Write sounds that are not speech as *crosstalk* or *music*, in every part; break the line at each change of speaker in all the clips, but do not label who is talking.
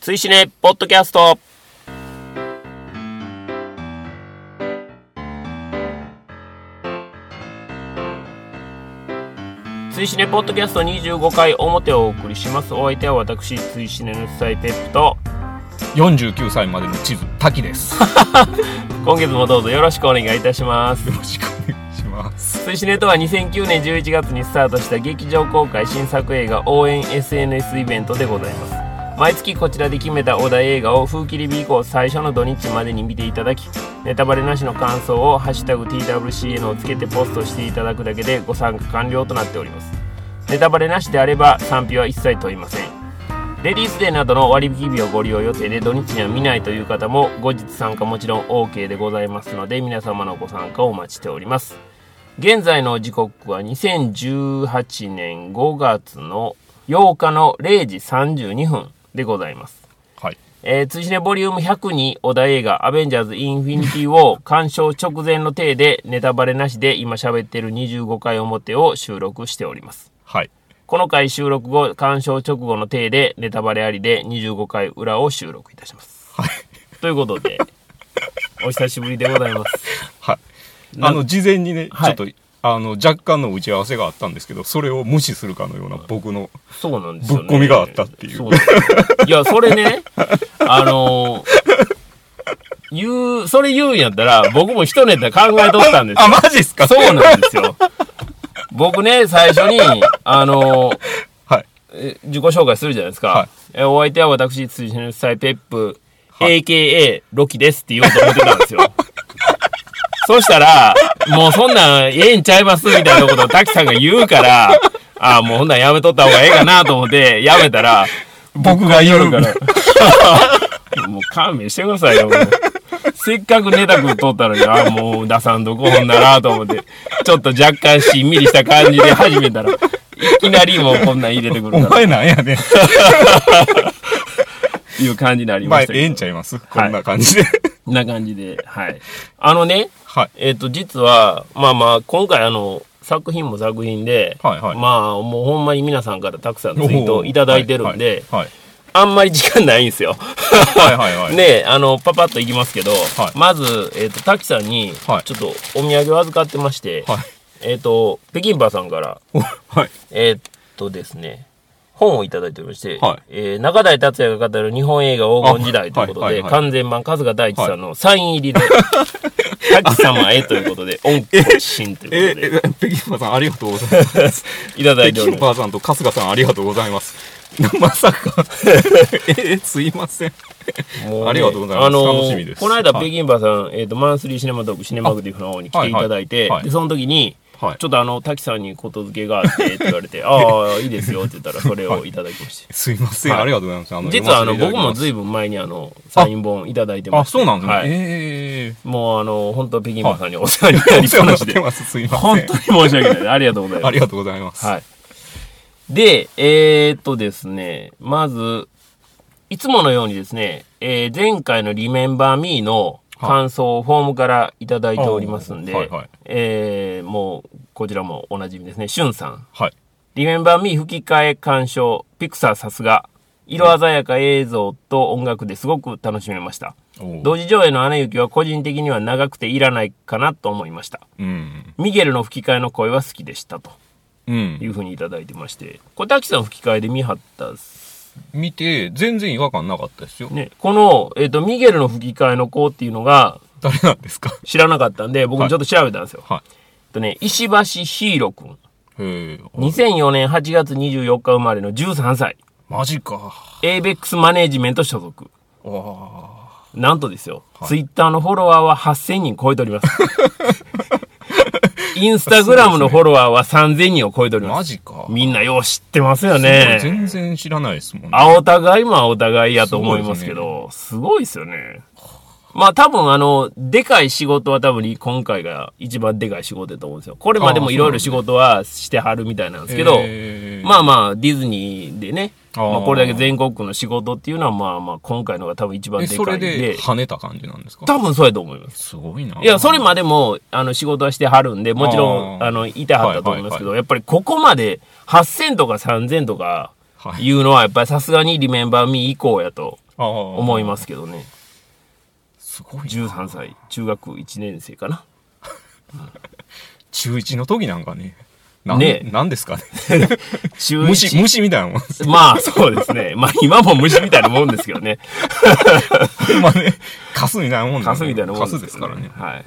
追試ね、ポッドキャスト。追試ね、ポッドキャスト25回表をお送りします。お相手は私、追試ねの主催ペップと、
49歳までの地図滝です
*laughs*
よ
今月もどうぞよろしくお願いいたします。
ろしくお願いします
推しネとは2009年11月にスタートした劇場公開新作映画応援 SNS イベントでございます毎月こちらで決めたお題映画を風切り日以降最初の土日までに見ていただきネタバレなしの感想を「ハッシュタグ #TWCN」をつけてポストしていただくだけでご参加完了となっておりますネタバレなしであれば賛否は一切問いませんレディースデーなどの割引日をご利用予定で土日には見ないという方も後日参加もちろん OK でございますので皆様のご参加をお待ちしております現在の時刻は2018年5月の8日の0時32分でございます。
はい
えー、通信ボリューム100に小田映画アベンジャーズインフィニティを鑑賞直前の体でネタバレなしで今喋ってる25回表を収録しております。
はい
この回収録後、鑑賞直後の体でネタバレありで25回裏を収録いたします。
はい
ということで、お久しぶりでございます。
はいあの事前にね、
はい
ちょっとあの若干の打ち合わせがあったんですけどそれを無視するかのような僕の
そうなんですよ、ね。
ぶっ込みがあったっていう
そですよいや、それ
*laughs*
ね、あの言う、それ言うんやったら、僕も一ネタ考えとったんです
あ
よ。
マジっすか
そうなんですよ。僕ね、最初に、あの
はい
え自己紹介するじゃないですか。
はい
えお相手は私、辻のサイペップ、
はい
AKA ロキですって言おうと思ってたんですよ。 *laughs* そしたら、もうそんなんええんちゃいますみたいなことを滝さんが言うから、ああ、もうほんなんやめとった方がええかなと思って、やめたら、
僕が言う
だから、 *laughs* もう勘弁してくださいよ、もうせっかくネタくん取ったのに、あ、もう出さんとこほんならと思って、ちょっと若干しんみりした感じで始めたら、いきなりもうこんなん入れてく
お
るから、
前なんやね
*laughs*
ん
いう感じになり
まあ
まし
え
たけど。
えんちゃいますこんな感じで
こんな感じで、はい。あのね、
はい
えっ、と、実は、まあまあ、今回あの、作品も作品で、
はいはい
まあ、もうほんまに皆さんからたくさんツイートをいただいてるんで、
はい
あんまり時間ないんですよ。
はいはいはい
*laughs* ねあの、パパッといきますけど、
はい
まず、えっ、と、滝さんに、ちょ
は
っ
い
とお土産を預かってまして、
はい
えっ、と、北京バーさんから、
おはい
えーっとですね、本をいただいておりまして、
はい
えー中台達也が語る日本映画黄金時代ということで、
あはいはいはい
完全版春日大地さんのサイン入りで、 *laughs* 滝様へということ
*laughs*
で、恩恵心という
え
こ
え
とで、
ペキンパーさんありがとうございます
*laughs* いただい
ペ
てお
キ
り
ン
ま
パーさんと春日さんありがとうございます
*laughs*
まさか *laughs* ええすいません
す。もね
ありがとうございます
あのー
楽しみです
この間、
はい
北京バーさん、えーっと、マンスリーシネマトーク、シネマグディフの方に来ていただいて、
はいはいはい
でその時に、
はい
ちょっとあの、滝さんにことづけがあってって言わ
*laughs*
れて、ああ、いいですよって言ったら、それをいただきまして。
すいません、
はい
ありがとうございます。あの
実はあの、僕も
い
ずいぶん前にあの、サイン本いただいてま
あ、
して
そうなんですね。
はい
え
もうあの、本当、北京マンさんにお世話にな
え
り
お
っ
世
ぱ
話にな
な
っ
しで
て。ます。すいま
本
せん
当。に申し訳ない。ありがとうござい
あ
ま。
りがとうございますす。
はい。で、えー、っとですね、まず、いつものようにですね、えー前回のリメンバーミーの感想をフォームからいただいておりますんで、
はいはい
えーもう、こちらもおなじみですね、しゅんさん。
はい。
リメンバーミー吹き替え鑑賞、ピクサーさすが。色鮮やか映像と音楽ですごく楽しめました。
おう
同時上映のアナ雪は個人的には長くていらないかなと思いました。
うん。
ミゲルの吹き替えの声は好きでしたと
うん
い。うふうにいただいてまして。これ、滝さん吹き替えで見張ったっす
見て、全然違和感なかったですよ。
ね。この、えっ、と、ミゲルの吹き替えの子っていうのが
誰なんですか
知らなかったんで、僕もちょっと調べたんですよ。
は
えっとね、石橋ヒーロくん。
い。へえ。
2004年8月24日生まれの13歳。
マジか。
エイベックスマネージメント所属。
わあ。
なんとですよ、
はい
ツイッターのフォロワーは8000人超えており
*laughs*
ます。インスタグラムのフォロワーは3000人を超えておりま
マ
す。
ジか。
みんなよう知ってますよ
すごい
ね。
全然知らないですもんね。
あお互いもあお互いやと思いますけど、すごいですよね。まあ多分あの、でかい仕事は多分今回が一番でかい仕事だと思うんですよ。これまでもいろいろ仕事はしてはるみたいなんですけど、
へえ
まあまあディズニーでね、
あー
まあこれだけ全国区の仕事っていうのはまあまあ今回のが多分一番
え
でかいん
それ
で
で跳ねた感じなんですか
多分そうやと思います。
すごいな。
いや、それまでも、あの、仕事はしてはるんで、もちろん、
あー
あの、いてはったと思いますけど、
は
やっぱりここまで8000とか3000とか
はい
いうのは、やっぱりさすがにリメンバーミー以降やと思
思
いますけどね
すごいな
13歳中学1年生かな
中1の時なんかねなん
ね
なんですかね
中1
虫虫みたい
*laughs*
なもん
まあそうですね *laughs* まあ今も虫みたいなもんですけどね
まあねカスみたいなもんだ
カスみたいなもん
カスですからね
はい。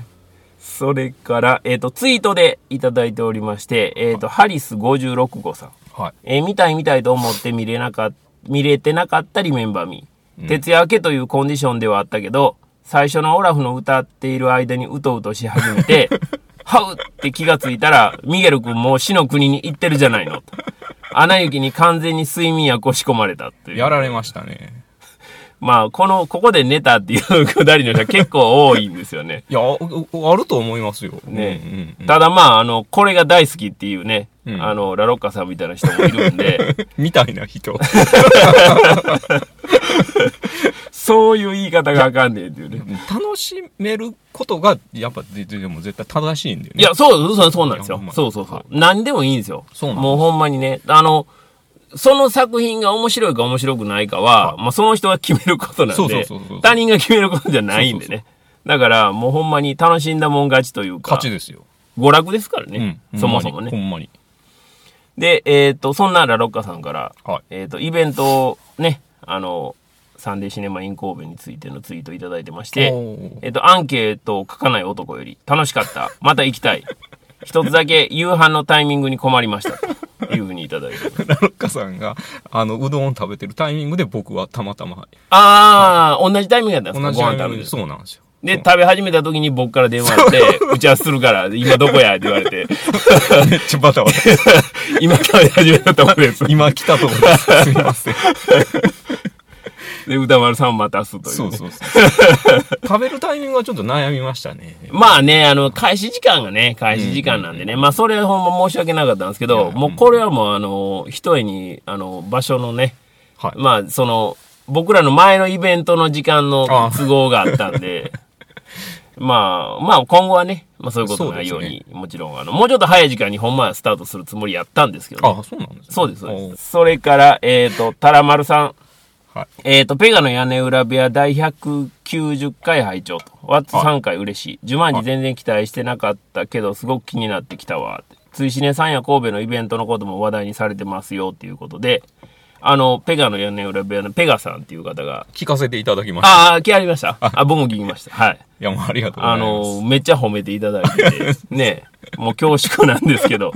それから、えっ、と、ツイートでいただいておりまして、えっ、と、ハリス56号さん。
はい
えー見たい見たいと思って見れなかっ見れてなかったりメンバー見。
うん
徹夜明けというコンディションではあったけど、最初のオラフの歌っている間にうとうとし始め
*laughs*
て、はうって気がついたら、ミゲル君もう死の国に行ってるじゃないの。と穴雪に完全に睡眠薬を仕込まれたっていう。
やられましたね
まあ、この、ここで寝たっていうくだりの人は結構多いんですよね。
いやああると思いますよ
ね
うんうんうん *laughs*
ただまあ、あの、これが大好きっていうね、
うん
あの、ラロッカさんみたいな人もいるんで、
*laughs* みたい
*laughs*
な人
そういう言い方があかんねんっていうね。
楽しめることがやっぱでででも絶対正しいんだよね
いや、そう、そう、そうなんですよ
いやほん。ま
そうそうそ
は
う。何でもいいんですよ。
そうなんです
もうほんまにね、あの、その作品が面白いか面白くないかは、まあその人が決めることなんで、
そうそうそうそう
他人が決めることじゃないんでね。
そうそ
だから、もうほんまに楽しんだもん勝ちというか
勝、ちですよ、
娯楽ですから
うん
ね、、そもそも
ほ
ね。
んまに
で、えっ、と、そんなラロッカさんから、
ほんまにはい
え
*laughs*
っ、と、イベントをね、あの、サンデーシネマイン神戸についてのツイートいただいてまして、
おー
えっ、と、アンケートを書かない男より、楽しかった、また行きたい、 *laughs* 一つだけ夕飯のタイミングに困りました、というふうにいただいて
*laughs*
ます。
ラロッカさんがあのうどんを食べてるタイミングで僕はたまたま
あー、同じタイミングやったんです
同
か
じ
ご
タイ
飯食べ
ミングで
て。
そうなんですよ *laughs*
で、食べ始めた時に僕から電話あって、打ち合わせするから、今どこやって言われ
*laughs*
て、
めっちゃバタ
*laughs*
バタ
今食べ始めたとこです。
今来たと思いますすい
*laughs*
ません
で、歌丸さんを待たすというね、
そうそうそう食べるタイミングはちょっと悩みましたね
まあね、あの、開始時間がね、開始時間なんでね、まあそれはほんま申し訳なかったんですけど、もうこれはもうあの、一重に、あの、場所のね、
はい、
まあその、僕らの前のイベントの時間の
ああ
都合があったん *laughs* で、まあ、まあ今後はね、まあそういうことないよう
そう
に、もちろんあの、もうちょっと早い時間にほんまはスタートするつもりやったんですけどね、
あそうなんですね
そうです、そうです。それから、えっ、と、たらまるさん。
おーはい
えっ、と、ペガの屋根裏部屋第190回拝聴と。ワッツ
はい
3回嬉しい。ジュマンジ全然期待してなかったけど、すごく気になってきたわ。追試ねさんや神戸のイベントのことも話題にされてますよっていうことで、あの、ペガの屋根裏部屋のペガさんっていう方が、
聞かせていただきました
ああ、聞ありましたあ、僕も聞きました。はい。
いやもうありがとうござ
あ
います
の、めっちゃ褒めていただいて、ね、もう恐縮なんですけど、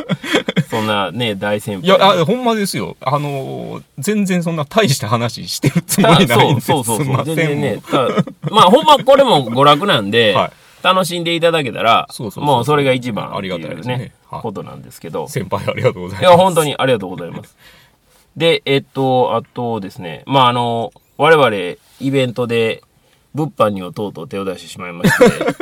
そんなね、大先輩。
いや、あ、ほんまですよ。あのー全然そんな大した話してる *laughs* つもりないん
そう
です。
そうそう
すん
そ
ま
う。
せ
全
ん
然ね。ただまあ、ほんまこれも娯楽なんで、
*laughs* はい
楽しんでいただけたら、
そうそうそう
もうそれが一番
ありがたい
って
ですねはい
ことなんですけど。
先輩ありがとうござい
い
ま
や、本当にありがとうございます。で、えっと、あとですね、まあ、あの、我々、イベントで、物販にをとうとう手を出してしまいま
*laughs*
して、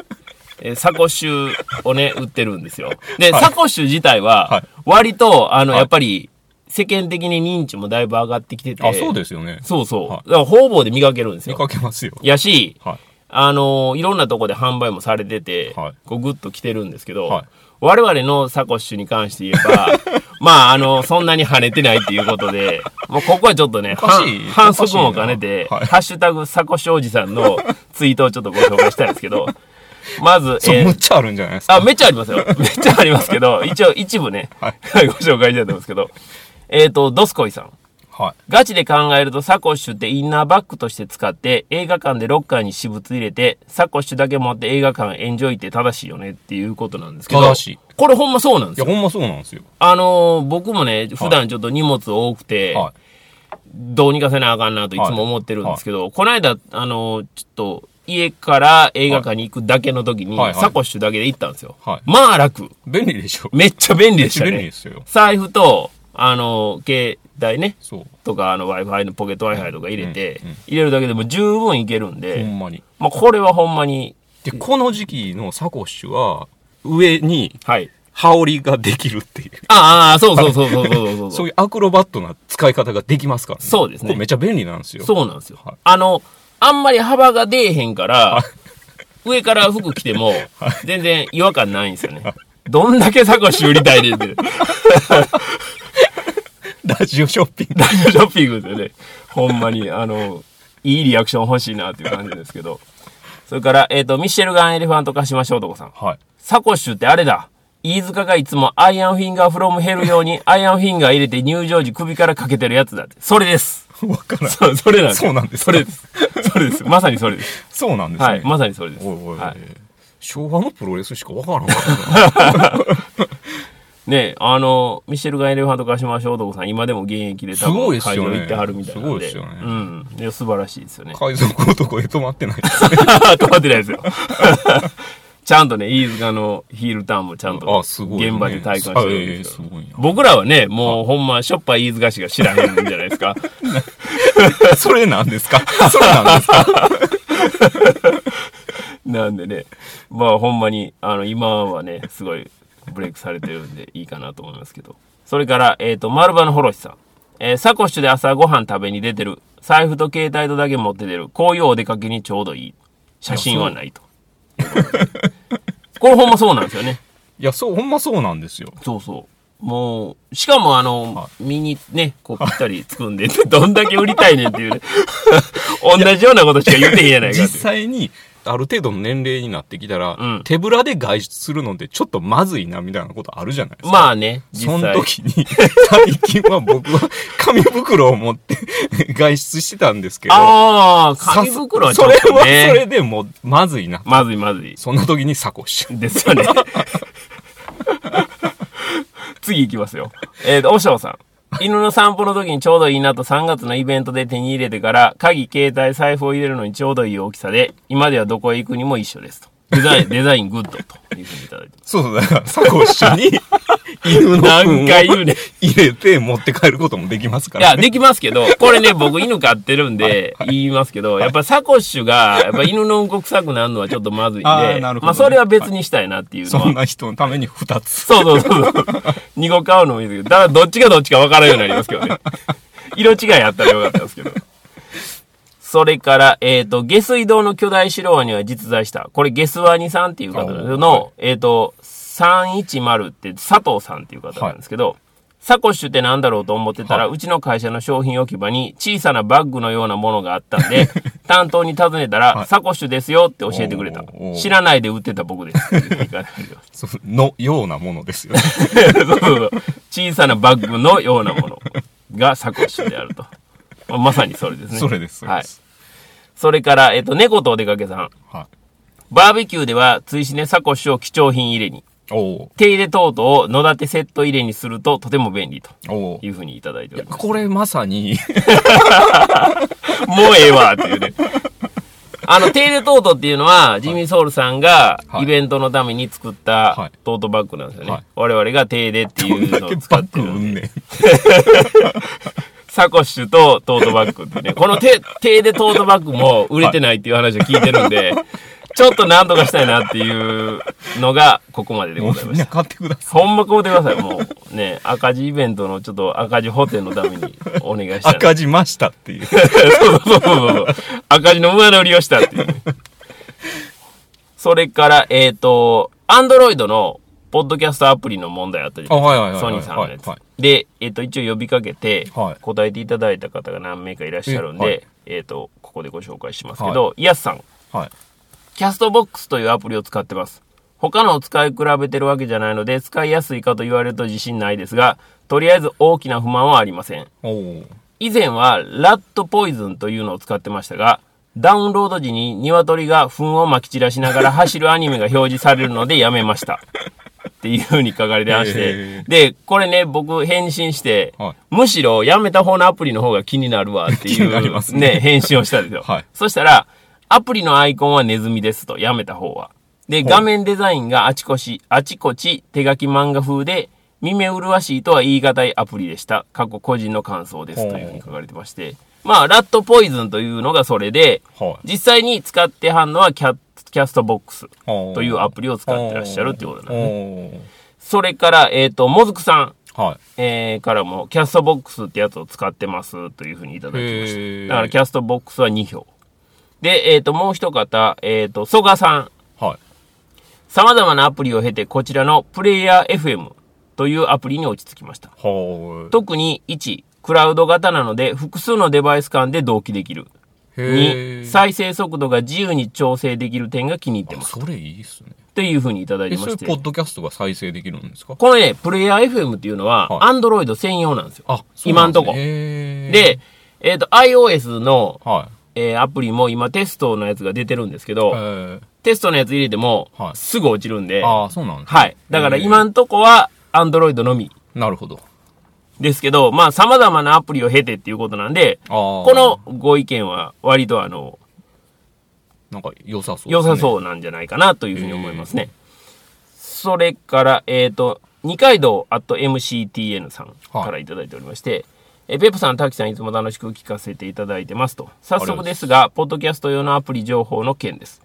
えサコッシュをね、売ってるんですよ。で、
はい
サコッシュ自体
は、
はい割と、あの、
はい
やっぱり、世間的に認知もだいぶ上がってきてて、
す。あ、そうですよね。
そうそう。
はい
だから方々で磨けるんです
見
よ。
かけますよ。
やし、
は
あのーいろんなとこで販売もされてて、
はい
こうグッと来てるんですけど、
はい
我々のサコッシュに関して言え
*laughs*
ば、まあ、あの、そんなに跳ねてないっていうことで、もうここはちょっとね、
おかしい
反反則も兼ねて、
おかしいなはい
ハッシュタグサコッシュおじさんのツイートをちょっとご紹介したいんですけ
*laughs*
ど、まず、
い。そう、
えー
むっちゃあるんじゃないですか。
あ、めっちゃありますよ。めっちゃありますけど、一応一部ね、
は
*laughs*
い
ご紹介したいと思うんですけど、えっ、と、ドスコイさん。
は
ガチで考えるとサコッシュってインナーバッグとして使って映画館でロッカーに私物入れてサコッシュだけ持って映画館エンジョイって正しいよねっていうことなんですけど
正しい
これほんまそうなんで
い。い
す
や、
よ
ほんまそうなんですよ。
あのー僕もね普段ちょっと荷物多くて、
は
どうにかせなあかんなといつも思ってるんですけど、この間あのーちょっと家から映画館に行くだけの時に、
はいはいはい
サコッシュだけで行ったんですよ、
はい
まあ楽
い。便利でしょ。
めっちゃ便利でしたね
便利ですよ
財布とあのー携帯ね
そう。
とか、あの Wi-Fi のポケット Wi-Fi とか入れて、
うんうん
入れるだけでも十分いけるんで、
ほんまに。
まあこれはほんまに、
で、この時期のサコッシュは、上に
はい。
羽織ができるっていう。
ああ、そうそうそうそうそうそう
そ
そうう。
いうアクロバットな使い方ができますからね。
そうですね
これめっちゃ便利なんですよ。
*laughs* そうなんですよ。
はい
あの、あんまり幅が出えへんから、上から服着ても、全然違和感ないんですよね。どんだけサコッシュ売りたいねんって。
ラジオショッピング。
ラジオショッピングですよね。ほんまに、あの、いいリアクション欲しいなっていう感じですけど。それから、えっ、と、ミッシェルガンエレファント化しましょう、男さん。
はい。
サコッシュってあれだ。飯塚がいつもアイアンフィンガーフロムヘル用にアイアンフィンガー入れて入場時首からかけてるやつだって。それです。
わからん。
そう、それなんです。
そうなんです
それです。それです。まさにそれ
*laughs*
です。
そうなんですね。
はい。まさにそれです。
おいおいおい、
はい
昭和のプロレスしかわからんわ。
ねあの、ミシェルガンエレファント化しましょう、男さん。今でも現役で多
すご
分
いっすよ
会
ね
場行ってはるみたいなんで。
すごいっすよね
うん。いや、素晴らしいですよね。
海賊男へ止まってないですね。
*laughs* 止まってないですよ。ちゃんとね、飯塚のヒールターンもちゃんと、
あ、すごい、ね。
現場で体感してるん
ええ
ですよ
すごいな。
僕らはね、もうほんま、しょっぱい飯塚氏が知らへんんじゃないですか。
それなんですかそれなんですか
なんでね、まあほんまに、あの、今はね、すごいブレイクされてるんでいいかなと思いますけど。それから、えっ、と、丸場のほろしさん。えーサコッシュで朝ご飯食べに出てる。財布と携帯とだけ持って出る。こういうお出かけにちょうどいい。写真はないと。これほんまそうなんですよね。
いや、そう、ほんまそうなんですよ。
そうそう。もう、しかもあの、
は
身にね、こうぴったりつくんで、どんだけ売りたいねんって *laughs* いうね。同じようなことしか言ってへんやないか
実
っていう。
際に、ある程度の年齢になってきたら、
うん
手ぶらで外出するのでちょっとまずいなみたいなことあるじゃないですか。
まあね、
そ
実
の
際。
時に、最近は僕は紙袋を持って *laughs* 外出してたんですけど、
ああ、紙袋はちょっ
さすそ
と
れはそれ
ね。
でもうまずいな。
まずいまずい。
そんな時にサコッシュ。
です *laughs* よね。次いきますよ。えーと、おしょうさん。犬の散歩の時にちょうどいいなと3月のイベントで手に入れてから、鍵、携帯、財布を入れるのにちょうどいい大きさで、今ではどこへ行くにも一緒ですと。デザイン、 *laughs* デザイングッドというふうにいただいてま
そうそう、だからサコッシュに犬の
*laughs* 何回言
糞
う
を
ねん
入れて持って帰ることもできますか
す。いや、
ら。
できますけど、これね、僕犬飼ってるんで、言いますけど、やっぱサコッシュが、やっぱ犬のうんこ臭くなるのはちょっとまずいんで、
あーなるほどね
まあそれは別にしたいなっていうのは
そんな人のために2つ。
そうそうそうそう。2個買うのもいいですけど、ただどっちがどっちか分からんようになりますけどね。色違いあったらよかったんですけど。それから、えっ、と、下水道の巨大白ワニは実在した。これ、ゲスワニさんっていう方
お
の、えっ、と、310って佐藤さんっていう方なんですけど、サコッシュってなんだろうと思ってたら、うちの会社の商品置き場に小さなバッグのようなものがあったん
*laughs*
で、担当に尋ねたら、サコッシュですよって教えてくれた
おーお。ー
知らないで売ってた僕です。っていう感じで
そのようなもので
*laughs*
すよね。
そうそうそう小さなバッグのようなものがサコッシュであると。まあまさにそれですね。
それです。それ
はい
で。す
それから、えっと、猫とお出かけさん。
はい。
バーベキューでは、追試ねサコッシュを貴重品入れに、
お
手入れ等々を野立てセット入れにするととても便利と
おお
いうふうにいただいております。
これまさに、
もうええわっていうね。あの、テーデトートっていうのは、ジミー・ソウルさんが
はい
イベントのために作った
はい
トートバッグなんですよね。
はい
我々がテーデって
こ
い
ん
う
だ
の
*laughs* け
を
バ
使っ
ッ
て
グ
る
運んねん。
サコッシュとトートバッグってね、この手、手でトートバッグも売れてないっていう話を聞いてるんで、ちょっと何とかしたいなっていうのが、ここまででご
も
ざいうま
み
し
んな
た。
買ってください。
ほんまこうてください、もう。ね、赤字イベントのちょっと赤字補填のためにお願いしたいな
赤字ましたっていう。
そうそうそうそう。赤字の上乗りをしたっていうね、それから、えっ、と、アンドロイドの、ポッドキャストアプリの問題あったじゃないですか
あ、はいはいはいはい。
ソニーさんのやつ
はい。
で、えっと一応呼びかけて
はい
答えていただいた方が何名かいらっしゃるん
えはい
で、えっとここでご紹介しますけど、イヤスさん、
はい。
キャストボックスというアプリを使ってます。他のを使い比べてるわけじゃないので、使いやすいかと言われると自信ないですが、とりあえず大きな不満はありません。
おお
以前はラットポイズンというのを使ってましたが、ダウンロード時に鶏が糞を撒き散らしながら走るアニメが表示されるのでやめました。っていう風に書かれてまして、
へ
で、これね、僕返信して、
はい
むしろやめた方のアプリの方が気になるわってい
気
う、
になりますね
返信をしたんですよ。
*laughs* はい
そしたら、アプリのアイコンはネズミですと、やめた方は。で、画面デザインがあちこち、あちこち手書き漫画風で、耳麗しいとは言い難いアプリでした。過去個人の感想ですというふうに書かれてまして。まあ、ラットポイズンというのがそれで、
はい
実際に使ってはんのはキャキャストボックス
お
というア
プ
プリを使ってらっしゃるっていうことなんですね。
ね。
それから、えっ、と、もずくさん、
おーはい。
えーからも、キャストボックスってやつを使ってますというふうにいただきま
へ
し
ー
た。だから、キャストボックスは2票。で、えっ、と、もう一方、えっ、と、蘇我さん。
はい。
様々なアプリを経て、こちらのプレイヤー FM というアプリに落ち着きました。
はーい。
特に1、クラウド型なので複数のデバイス間で同期できる。
へ
2
え。
再生速度が自由に調整できる点が気に入ってます
それいいっすね。
というふうにいただい
え、
てま
それ
して
ポッドキャストが再生できるんですか
このねプレイヤー FM っていうのは
は
Android 専用なんですよ、
あ、
今んとこ
で
で、えっと iOS の、
すね、へーはい。
えーアプリも今テストのやつが出てるんですけど、
えー、
テストのやつ入れても、
はい
すぐ落ちるんで、
ああ、そうなんですね
はい。だから今
へ
んとこは Android のみ
ーなるほど。
ですけど、まあ様々なアプリを経てっていうことなんで、
ああ。
この、ご意見は割とあの、
なんか良さそうですね、
良さ
う。
そうなんじゃないかなというふうに思いますね。それから、えっ、と、二階堂 at MCTN さんからいただいておりまして、えペップさん、滝さん、いつも楽しく聞かせていただいてますと。早速ですが、ポッドキャスト用のアプリ情報の件です。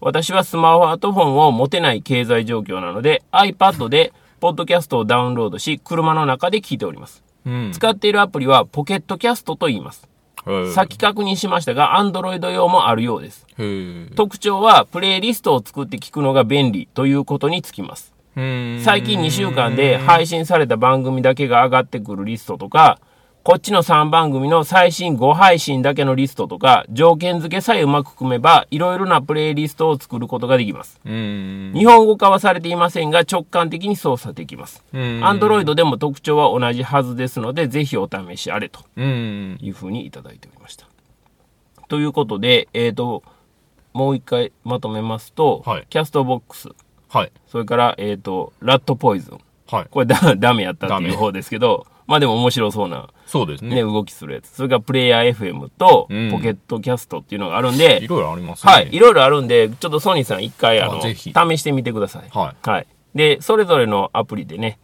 私はスマートフォンを持てない経済状況なので、iPad でポッドキャストをダウンロードし、車の中で聞いております。
うん。
使っているアプリはポケットキャストと言います。
へー
先確認しましたが、Android 用もあるようです。
へー
特徴はプレイリストを作って聞くのが便利ということにつきます
うーん。
最近2週間で配信された番組だけが上がってくるリストとかこっちの3番組の最新5配信だけのリストとか条件付けさえうまく組めばいろいろなプレイリストを作ることができます
うーん。
日本語化はされていませんが直感的に操作できます
うーん。
Android でも特徴は同じはずですのでぜひお試しあれと
うーん。
いうふうにいただいておりました。ということで、えー、ともう一回まとめますと、
はい
キャストボックス
はい。
それから、えー、とラットポイズン
はい。
これだダメやったってい
ダメ
う方ですけどまあでも面白そうな、
そうです
ね、
ね。
動きするやつそれからプレイヤー FM と
うん
ポケットキャストっていうのがあるんで、
いろいろありますね。
はい、いろいろあるんでちょっとソニーさん一回あの
あぜ
試
ひ
してみてください、
はい
でそれぞれのアプリでね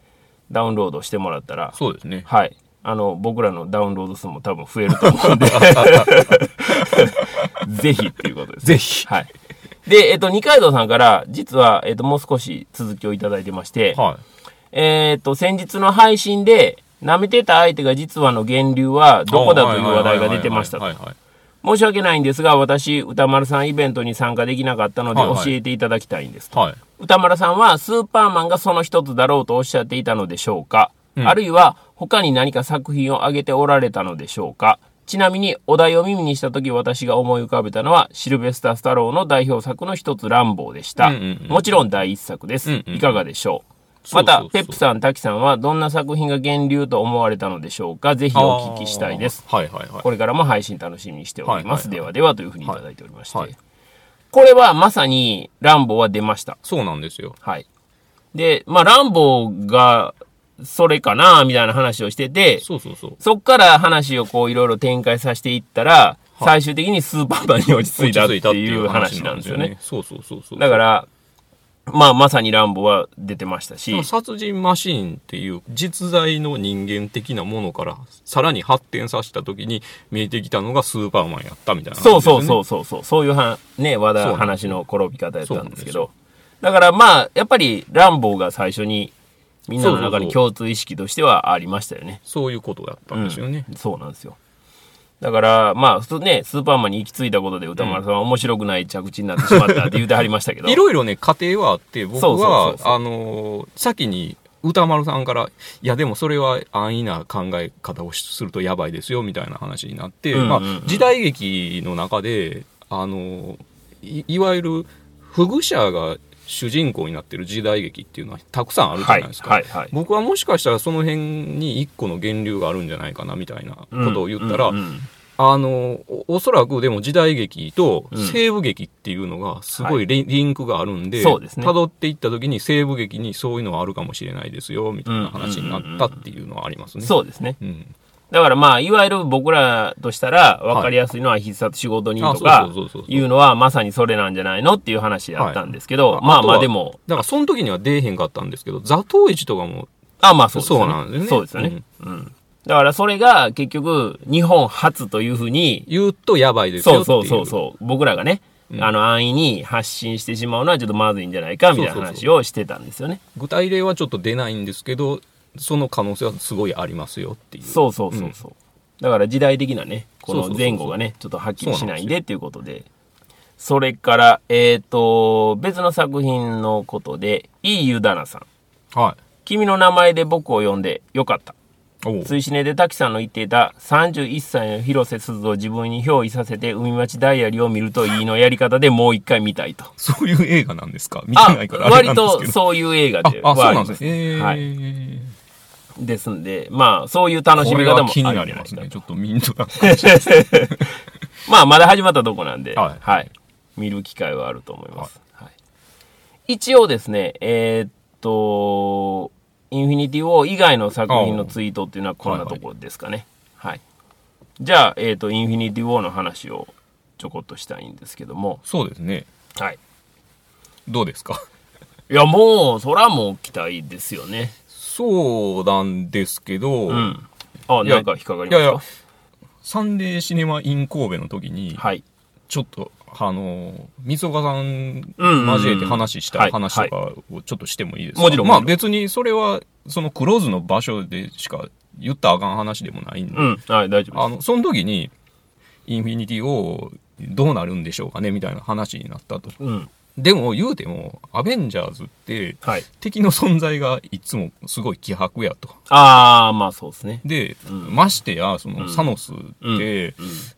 ダウンロードしてもらったら
そうですね。
はい。あの、僕らのダウンロード数も多分増えると思うんで、 *laughs* ぜひっていうことです。
ぜひ。
はい。で、えっと、二階堂さんから、実は、えっと、もう少し続きをいただいてまして、
は。
えっと、先日の配信で、舐めてた相手が実はの源流はいどこだという話題が出てましたと
はいはいはいはいはい。
申し訳ないんですが、私、歌丸さんイベントに参加できなかったので
はいはい
教えていただきたいんですと。
はい。
歌丸さんはスーパーマンがその一つだろうとおっしゃっていたのでしょうか、
ん
あるいは他に何か作品を挙げておられたのでしょうかちなみにお題を耳にした時私が思い浮かべたのはシルベスタ・スタローの代表作の一つ「ランボー」でした、
うんうんうん
もちろん第一作です、
うんうん
いかがでしょう
そうそ
ま
うそう
たペップさん滝さんはどんな作品が源流と思われたのでしょうかぜひお聞きしたいです
あー。はいはいはい。
これからも配信楽しみにしております。
はいはいは
ではではというふうにいただいておりまして、
はい
これはまさにランボーは出ました。
そうなんですよ。
はい。で、まあ、ランボーが、それかな、みたいな話をしてて、
そうそうそう。
そっから話をこういろいろ展開させていったら、最終的にスーパーマンに落ち着いたっていう話なんですよね。。
そうそうそうそう。
だから、まあ、まさにランボーは出てましたし
で、も殺人マシーンっていう実在の人間的なものからさらに発展させた時に見えてきたのがスーパーマンやったみたいな、。
そうそうそううそうそう、そういうはね、話
そう
題、
なん
話の転び方やったんですけ
そう
ど、だからまあ、やっぱりランボーが最初に、みんなの
そうそ
中
うそ
に
う
共通意識としてはありましたよね。
そういうことだったんですよね。
うん *laughs* そうなんですよだからまあ普通ねスーパーマンに行き着いたことで歌丸さんは面白くない着地になってしまったって言ってはりました
*laughs*
けど
いろいろね、過程はあって、僕
そうそうそ
は
う、そう
あのー先に歌丸さんから、いや、でもそれは安易な考え方をするとやばいですよ、みたいな話になって、
うんうんうん
まあ、時代劇の中で、あのーい、いわゆる、不具者が主人公になってる時代劇っていうのはたくさんあるじゃないですか。
はいはいはい
僕はもしかしたらその辺に一個の源流があるんじゃないかなみたいなことを言ったら、
うんうんうん
あのおおそらくでも時代劇と
うん
西部劇っていうのがすごいリ,、リンクがあるんで
そうですね
辿っていった時に西部劇にそういうのはあるかもしれないですよみたいな話になったっていうのはありますね。
そうですね
うん
だからまあいわゆる僕らとしたら分かりやすいのは必殺仕事人と
あ
か
そうそうそうそう
いうのはまさにそれなんじゃないのっていう話やったんですけど、
はいあ
まあ
あと
ま
は
あでも
だからその時には出えへんかったんですけど座頭市とかも
あまあそうですよ
そうなんです
ね
ね
そうですよねうんだからそれが結局日本初というふうに
言うとやばいです
そ
よ
う
ってい
そう
う
そうそう。僕らがね、あの安易に発信してしまうのはちょっとまずいんじゃないかみたいな
そうそうそ
話
う
をしてたんですよね。
具体例はちょっと出ないんですけどその可能性はすごいありますよっていう。
そうそうそうそう。だから時代的なね、こ
そう
の
そうそうそう
前後がね、ちょっとはっきりしないんでっていうことで。それから、えっ、と、別の作品のことで、いいゆだなさん。
はい
君の名前で僕を呼んでよかった。
おう
追試ねで滝さんの言っていた31歳の広瀬すずを自分に憑依させて海町ダイアリーを見るといいのやり方でもう一回見たいと。
そういう映画なんですか見て
あ
ないからあ
割
れなんです
と
けど。
そういう映画で
あ、あそうな
はあ
ん
り
ですね。えー
はいですんで、まあそういう楽し
こ
み
れ
方
は
も
気
あ
に
る
なん
じ
り
ゃない
ま
か
す
と
ね。ちょっとミントが。
*laughs* まあ、まだ始まったとこなんで、は
はいい。
見る機会はあると思います。はい一応ですね、えーっと、インフィニティ・ウォー以外の作品のツイートっていうのはこんなところですかね。はい、じゃあ、えーっと、インフィニティ・ウォーの話をちょこっとしたいんですけども、
*laughs* そうですね。
はい。
どうですか
いや、もう、そらもう期待ですよね。
そうなんですけど、
うん。あ、
いや
なんか引っかかり
い
ま
や
した
いや、サンデーシネマイン神戸の時に、
はい。
ちょっと、あのー、水岡さん
うんうんうん
交えて話し
は
た
い
話とかをちょっとしてもいいですか、
もちろん
まあ
もち
別にそれは、そのクローズの場所でしか言ったらあかん話でもないんで、
うん。はい、大丈夫
あの、その時に、インフィニティをどうなるんでしょうかねみたいな話になったと。
です。うん。
でも言うても、アベンジャーズって
はい。
敵の存在がいつもすごい希薄やと。
あー、まあそうですね。
で、
うん
ましてや、その、
うん
サノスって、
うん。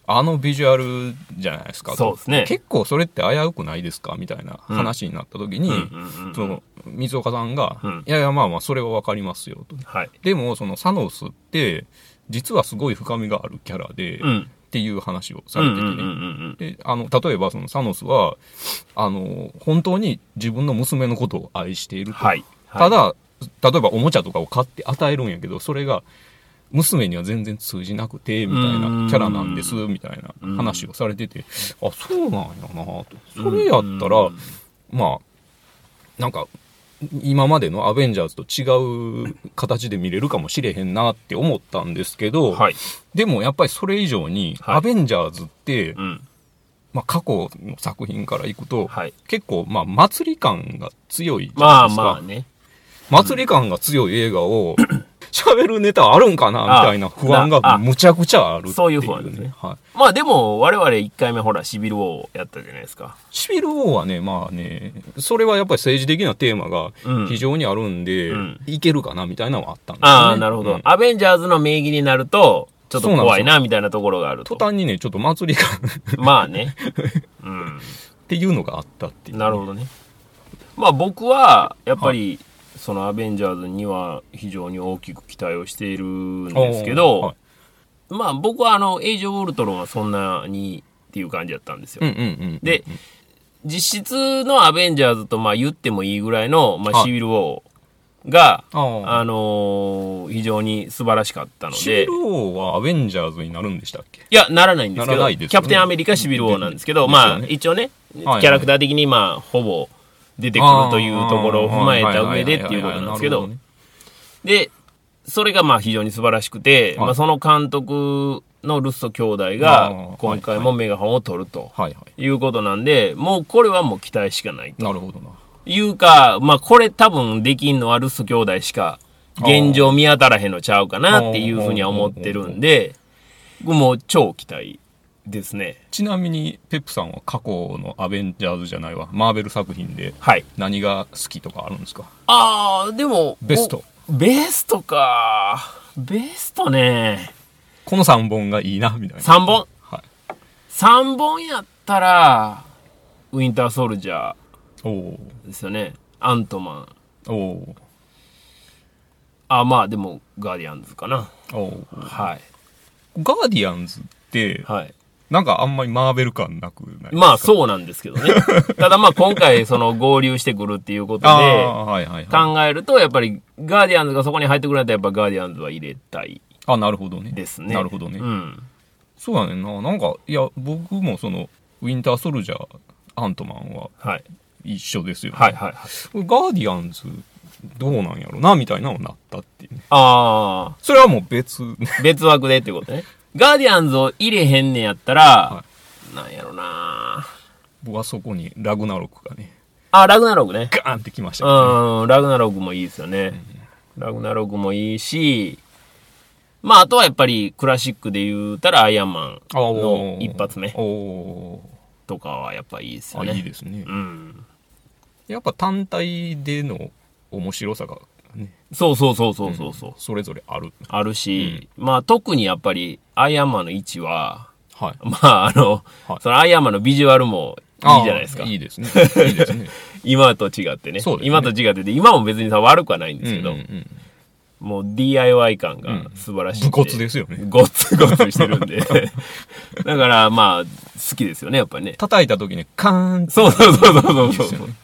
あのビジュアルじゃないですか。
そうですね
結構それって危うくないですかみたいな話になった時に、
うんうんうん
その、水岡さんが、
うん
いやいや、まあまあ、それはわかりますよと。
はい。
でも、そのサノスって、実はすごい深みがあるキャラで、
うん。
っていう話をされててね。
うんうんうん
であの例えばそのサノスはあの本当に自分の娘のことを愛してい
う
る
ん
と、
はい。
ただ例えばおもちゃとかを買って与えるんやけどそれが娘には全然通じなくてみたい
うん
なキャラなんですみたいな話をされててあそうなんやなとそれやったら
うん
まあなんか今までの「アベンジャーズ」と違う形で見れるかもしれへんなって思ったんですけど、
はい。
でもやっぱりそれ以上に「
はい
アベンジャーズ」って、
うん。
まあ、過去の作品からいくと、
はい。
結構、まあ、祭り感が強いじゃな
まあ
いですか。
まあね。
祭り感が強い映画
*clears throat*
を、喋るネタあるんかなみたいな不安
ああ
がむちゃくちゃあるっていう、ね。
そういう不安ですね
はい。
まあでも、我々1回目ほら、シビル王やったじゃないですか。
シビル王はね、まあね、それはやっぱり政治的なテーマが
うん
非常にあるんで、
うん
いけるかなみたいなのはあったんですよ、ね。
ああ、なるほ
う
ど
ん。
アベンジャーズの名義になると、ちょっと
そうなんで
怖
すよ
いな、みたいなところがある
途
と。
端にね、ちょっと祭り感
まあ
*laughs*
ね。うん。
っていうのがあったっていう。
なるほどね。まあ僕は、やっぱり、そのアベンジャーズには非常に大きく期待をしているんですけど、
おーはい
まあ僕はあの、エイジ・オブ・ウルトロンはそんなにっていう感じだったんですよ。
うんうんうん。
で、実質のアベンジャーズとまあ言ってもいいぐらいの、まあ、
はい
シビル・ウォーが、
あー
あのー非常に素晴らしかったの
シビ
で、
ル王はアベンジャーズになるんでしたっけ
いや、ならないんですけ
なら
ど、
ないですよね
キャプテンアメリカシビル王なんですけど、
で
まあ、
ですよね
一応ね、キ
はい
ャラクター的にまあ、ほぼ出てくるというところを踏まえた上でっていうことなんですけ
あ
ど
ーはいはいはいはいなるほね、
で、それがまあ非常に素晴らしくて、
はい
まあその監督のルッソ兄弟
あー
が今回
は
もメガホンを取ると
はいはい。
いうことなんで、もうこれはもう期待しかない
なるほどな。
いうか、まあ、これ多分できんのはルス兄弟しか、現状見当たらへんのちゃうかなっていうふうには思ってるんで、僕もう超期待ですね。
ちなみに、ペップさんは過去のアベンジャーズじゃないわ、マーベル作品で
はい。
何が好きとかあるんですか
あー、でも。
ベスト
お。ベストか。ベストね。
この3本がいいな、みたいな。
3本。
はい。
3本やったら、ウィンターソルジャ
おお
ーですよね。アントマン。
おお
あ、まあでも、ガーディアンズかな。
ーおー
はい。
ガーディアンズって、
はい。
なんかあんまりマーベル感なくない
まあそうなんですけど
*laughs*
ね。ただまあ今回その合流してくるっていうこと
あ
で
あ、はいはいはい。
考えるとやっぱりガーディアンズがそこに入ってくれたらやっぱガーディアンズは入れたい
あ、なるほどね。
ですね。
なるほどね。
うん。
そうだねんな。なんか、いや、僕もその、ウィンターソルジャー、アントマンは
はい。
一緒ですよね。
はいはいはい。
ガーディアンズ、どうなんやろな、みたいなのになったっていうね。
あ
それはもう別、 *laughs* ね、
あ、別枠でってことね。ガーディアンズを入れへんねやったら、なんやろな
僕はそこにラグナロクがね、
あ、ラグナロクね。
ガーンってきましたけどね
うん、ラグナロクもいいですよね。ラグナロクもいいし、まああとはやっぱりクラシックで言うたらアイアンマン
あお
の
ー
一発目
お
とかはやっぱいいです
ー
よ
あ、
ね。
いいですね
う。ん。
やっぱ単体での面白さがからね。
そうそうそうそうそうそう、
それぞれある。
あるし、まあ特にやっぱり、アイアンマンの位置は、
はい。
まああの、
はい
そのアイアンマンのビジュアルも
あー
いいじゃないですか。
いいですね。いいです
*laughs*
ね。
今と違ってね
そうですね
今と違ってて、今も別にさ悪くはないんですけど、
うんうんうん
もう DIY 感が素晴らしい、
武骨ですよね。
ごつごつしてるん
*laughs*
で。だから、まあ、好きですよね、やっぱりね。
叩いた時にカーンって
そうそうそうそうそう
ですよね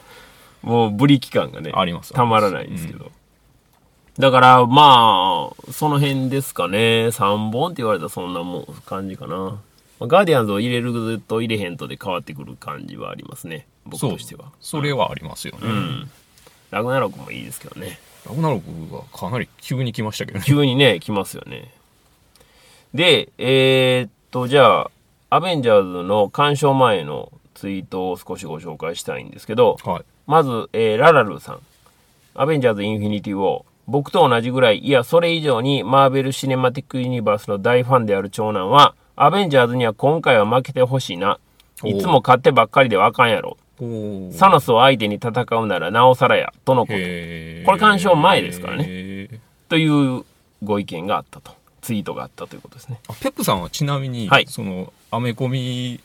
もう、ブリキ感がね、
あります
たまらないですけど。だから、まあ、その辺ですかね。3本って言われたらそんなもん、感じかな。まあガーディアンズを入れると入れへんとで変わってくる感じはありますね。僕
そう
としては。
それはありますよね。
うん。ラグナロクもいいですけどね。
ラグナロクがかなり急に来ましたけどね。
急にね、来ますよね。で、えーっと、じゃあ、アベンジャーズの鑑賞前のツイートを少しご紹介したいんですけど、
はい。
まず、えーララルさん。アベンジャーズ・インフィニティ・ウォー。僕と同じぐらい、いや、それ以上にマーベル・シネマティック・ユニバースの大ファンである長男は、アベンジャーズには今回は負けてほしいな。
おー
いつも勝ってばっかりではあかんやろ。
お
サノスを相手に戦うならなおさらや。とのこと。
へー
これ鑑賞前ですからね
へー
というご意見があったと。ツイートがあったということですね。
あペップさんはちなみに、
はい
そのアメコミ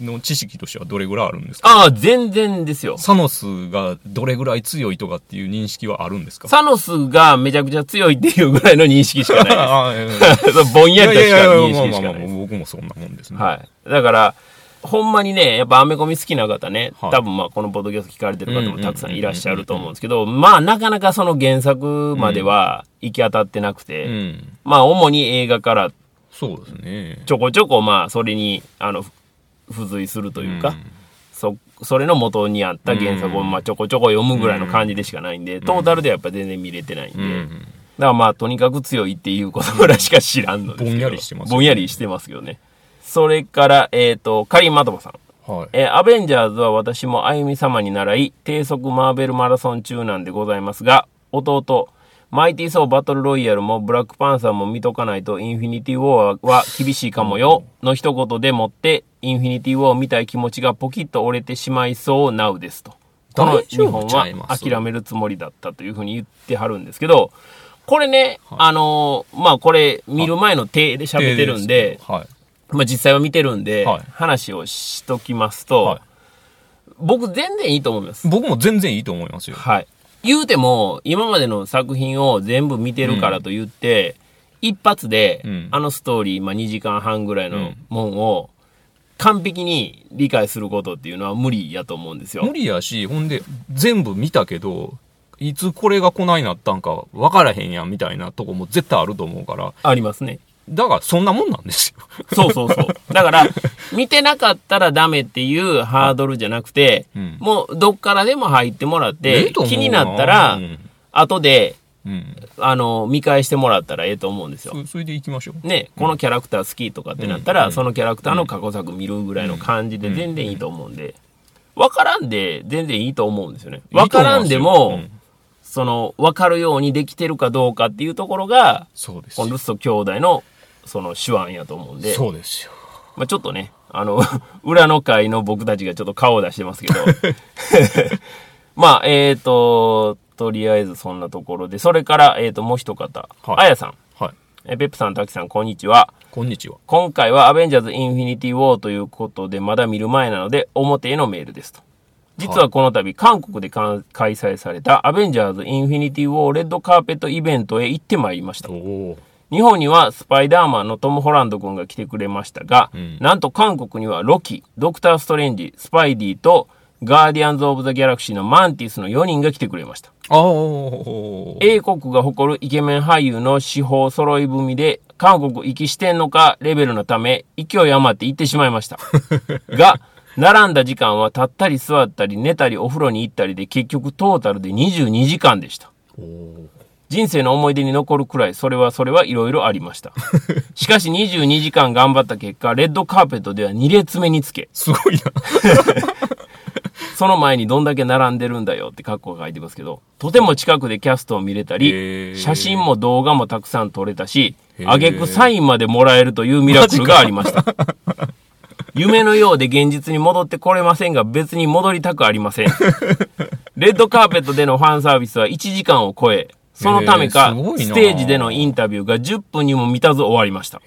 の知識としてはどれぐらいあるんですか
ああ、全然ですよ。
サノスがどれぐらい強いとかっていう認識はあるんですか
サノスがめちゃくちゃ強いっていうぐらいの認識しかない
ああい
*laughs*
やいやい
です。そうぼんや
や
り
い
と
やい
した認
やまあ
識し
まあ
かな
まあ
いです。
僕もそんなもんですね。
はい。だから、ほんまにね、やっぱアメコミ好きな方ね、
はい
多分まあこのポッドキャスト聞かれてる方
う
も
ん
たくさんいらっしゃると思うんですけど、まあなかなかその原作までは行き当たってなくて、
うん。
まあ主に映画から
そうですね。
ちょこちょこまあそれに、あの、ふ付随するというか、そそれの元にあった原作をまあちょこちょこ読むぐらいの感じでしかないんで、トータルではやっぱ全然見れてないんで、
うん。
だ
う
か
ん
らまあとにかく強いっていうことぐらいしか知らんのですけど
ぼんやりしてますよね
ぼんやりしてますけどねそれからえっ、とカリン・マトバさん
はい。
えーアベンジャーズは私も歩み様に習い、低速マーベルマラソン中なんでございますが、弟、マイティー・ソー・バトル・ロイヤルもブラックパンサーも見とかないとインフィニティ・ウォーは厳しいかもよ、の一言でもって、インフィニティ・ウォーみたい気持ちがポキッと折れてしまいそうなうですと。この
大
2
丈
本
夫ちゃい
は
ます
諦めるつもりだったというふうに言ってはるんですけど、これね、あのーまあ、これ見る前の手で喋ってるんで、
はい。
まあ、実際は見てるんで、
はい
話をしときますと、
はい
僕全然いいと思います。
僕も全然いいと思いますよ。
はい。言うても、今までの作品を全部見てるからと言って、一発で、
うん
あのストーリー、まあ、2時間半ぐらいの
ん
もんを、完璧に理解することっていうのは無理やと思うんですよ
無。理やし、ほんで、全部見たけど、いつこれが来ないなったんか分からへんやんみたいなとこも絶対あると思うから、
ありますね。
だからそんなもんなんですよ。
そうそう
*laughs*
そう。だから、見てなかったらダメっていうハードルじゃなくて、
うん
もうどっから *laughs* でも入ってもらっ
え
て、
えと思う
気になったら
う、ん
後で、
うん、
あの、見返してもらったらええと思うんですよ。
そそれで行きましょう。
ね、このキャラクター好きとかってなったら、そのキャラクターの過去作見るぐらいの感じで全然いいと思うんで、わからんで全然いいと思うんですよね。わからんでも、
いいと思いますようん
その、わかるようにできてるかどうかっていうところが、
そうです
このル
よ。
ッソ兄弟の、その手腕やと思うんで、
そうですよ。
まあ、ちょっとね、あの、 *laughs* 裏の会の僕たちがちょっと顔を出してます *laughs* けど、まあ、えっ、と、とりあえずそんなところで、それから、えっ、と、もう一方、
はい
あやさん。
はい。
えペップさん、タキさん、こんにちは。
こんにちは。
今回はアベンジャーズ・インフィニティ・ウォーということで、まだ見る前なので、表へのメールですと。実はこの度、韓国でかん開催されたアベンジャーズ・インフィニティ・ウォーレッドカーペットイベントへ行ってまいりました
お。お。
日本にはスパイダーマンのトム・ホランド君が来てくれましたが、
ん
なんと韓国にはロキ、ドクター・ストレンジ、スパイディとガーディアンズ・オブ・ザ・ギャラクシーのマンティスの4人が来てくれました。
ああ。
英国が誇るイケメン俳優の手法揃い踏みで、韓国行きしてんのかレベルのため、勢い余って行ってしまいました。が、並んだ時間は立ったり座ったり寝たりお風呂に行ったりで結局トータルで22時間でした。
おお。
人生の思い出に残るくらいそれはそれはいろいろありました。しかし22時間頑張った結果、レッドカーペットでは2列目につけ、
すごいな。
その前にどんだけ並んでるんだよって格好が書いてますけど、とても近くでキャストを見れた
へ
り、
ー
写真も動画もたくさん撮れたし、
へー
あげくサインまでもらえるというミラクルがありました。夢のようで現実に戻ってこれませんが、別に戻りたくありません。レッドカーペットでのファンサービスは1時間を超え、そのため
へ
か
ーすごい、な
ステージでのインタビューが10分にも満たず終わりました。
へ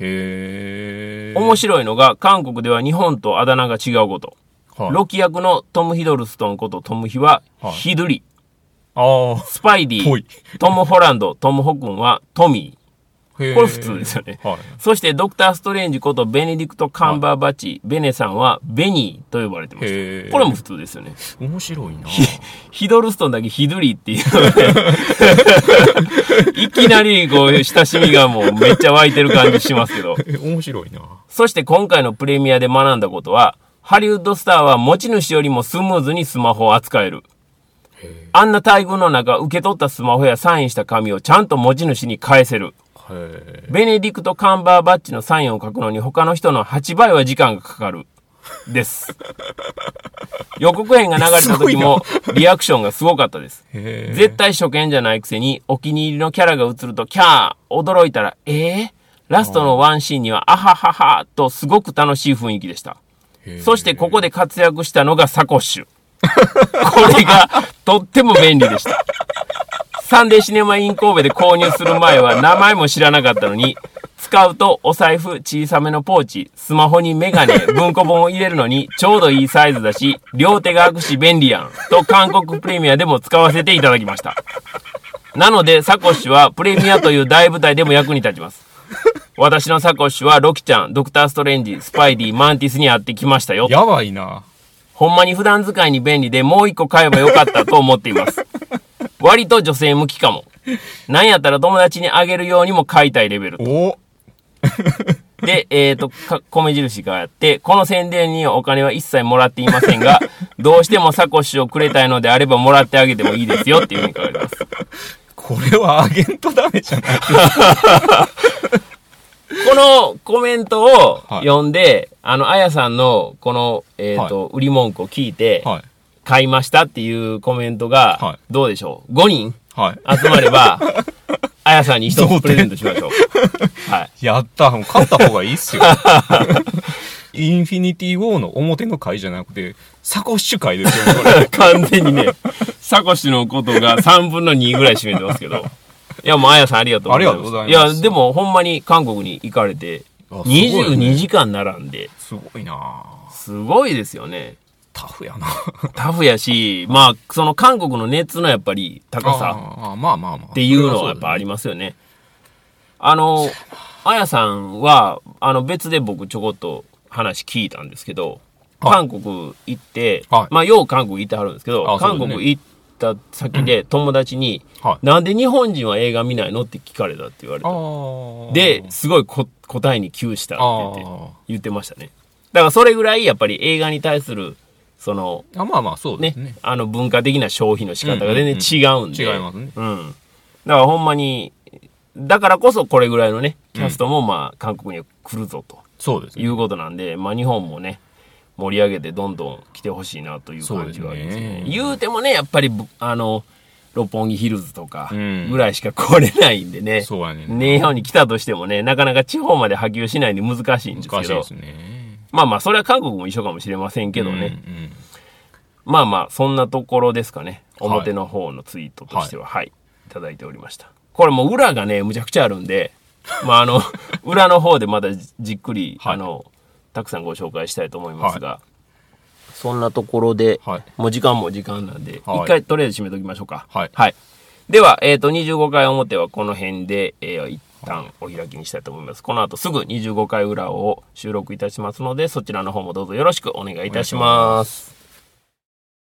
え。
面白いのが、韓国では日本とあだ名が違うこと。
白
ロキ役のトム・ヒドルストンことトム・ヒは、
はい
ヒドリ、
ああ、
スパイディ、
ぽい。
トム・ホランド、トム・ホクンはトミー。
これ
これ普通ですよね。
はい。
そして、ドクター・ストレンジことベネディクト・カンバーバッチ、ベネさんはベニーと呼ばれてまし
へえ。
た。これも普通ですよね。
面白いな。
ヒドルストンだけヒドリっていう
*laughs*
のでいきなりこう親しみがもうめっちゃ湧いてる感じしますけど。
え *laughs* 面白いな。
そして今回のプレミアで学んだことは、ハリウッドスターは持ち主よりもスムーズにスマホを扱える。あんな待遇の中、受け取ったスマホやサインした紙をちゃんと持ち主に返せる。
へ
ベネディクト・カンバーバッチのサインを書くのに他の人の8倍は時間がかかる。です。予告編が流れた時もリアクションがすごかったです。
え。
絶対初見じゃないくせにお気に入りのキャラが映るとキャー驚いたらえー、ラストのワンシーンにはあはははとすごく楽しい雰囲気でした
へー
そしてここで活躍したのがサコッシュ *laughs* これがとっても便利でしたサンデーシネマイン神戸で購入する前は名前も知らなかったのに使うとお財布小さめのポーチスマホにメガネ文庫本を入れるのにちょうどいいサイズだし両手が空くし便利やんと韓国プレミアでも使わせていただきましたなのでサコッシュはプレミアという大舞台でも役に立ちます私のサコッシュはロキちゃんドクター・ストレンジスパイディマンティスに会ってきましたよ
やばいな。
ほんまに普段使いに便利でもう一個買えばよかったと思ってい
*laughs*
ます。割と女性向きかも。なんやったら友達にあげるようにも買いたいレベル。
お
で、えっ、と、か米印があって、この宣伝にはお金は一切もらっていません
*laughs*
が、どうしてもサコッシュをくれたいのであればもらってあげてもいいですよっていうふうに書かれてます。
これはアゲントダメじゃない
このコメントを
はい
読んで、あの、あやさんのこの、えっ、と、売り文句を聞いて、
はい。
買いましたっていうコメント
は
が
い、
どうでしょう ?5 人
はい。
集まれば、あやさんに一つプレゼントしましょう。はい。
やった。もう勝った方がいいっすよ。 *laughs* インフィニティ・ウォーの表の回じゃなくて、サコッシュ回ですよ
*laughs*
ね、これ
完全にね、サコシのことが3分の2ぐらい占めてますけど。いや、もうあやさんありがとうございます。
ありがとうございます
や、でもほんまに韓国に行かれて、
あすごいね
22時間並んで、
すごいな
すごいですよね。
タフやな
タフやし、まあ、その韓国の熱のやっぱり高さ
あーまあまあまあ。っ
っていうのはやっぱありますよね。あの、あやさんは、あの別で僕ちょこっと話聞いたんですけど、
はい
韓国行って、
はい
まあ、よう韓国行ってはるんですけど、
あそうで
韓
すね
国行った先で友達に、
はい。
なんで日本人は映画見ないのって聞かれたって言われ
あ
た。
ー
で、、すごいこ答えに窮したって言って
あ
言ってましたね。だからそれぐらいやっぱり映画に対する、その、
ーあ。まあまあ、そうで
ね
すね。
あの文化的な消費の仕方が全然違うんで、
違
うん
いますね。
だからほんまにだからこそこれぐらいのねキャストもまあ韓国には来るぞと
そうです
い
ね。
うことなんで、まあ、日本もね盛り上げてどんどん来てほしいなという感じはあります
そうで
ね
すね
言うてもねやっぱりぶあの六本木ヒルズとか
うん
ぐらいしか来れないんでね、
そうやねんな
ね日本に来たとしてもねなかなか地方まで波及しないんで難しいんですけど
難しいですね。
まあまあそれは韓国も一緒かもしれませんけどね、
うんうん
まあまあ、そんなところですかね。
はい
表の方のツイートとしては、はい、い、ただいておりました。これもう裏がね、むちゃくちゃあるんで、 *laughs* まああの、裏の方でまたじっくり、
はい
あの、たくさんご紹介したいと思いますが、そんなところで、
はい
もう時間も時間なんで、一、
はい
回とりあえず締めときましょうか。
はい
では、えっ、と、25回表はこの辺で、えー一旦お開きにしたいと思います。この後すぐ25回裏を収録いたしますので、そちらの方もどうぞよろしくお願いいたします。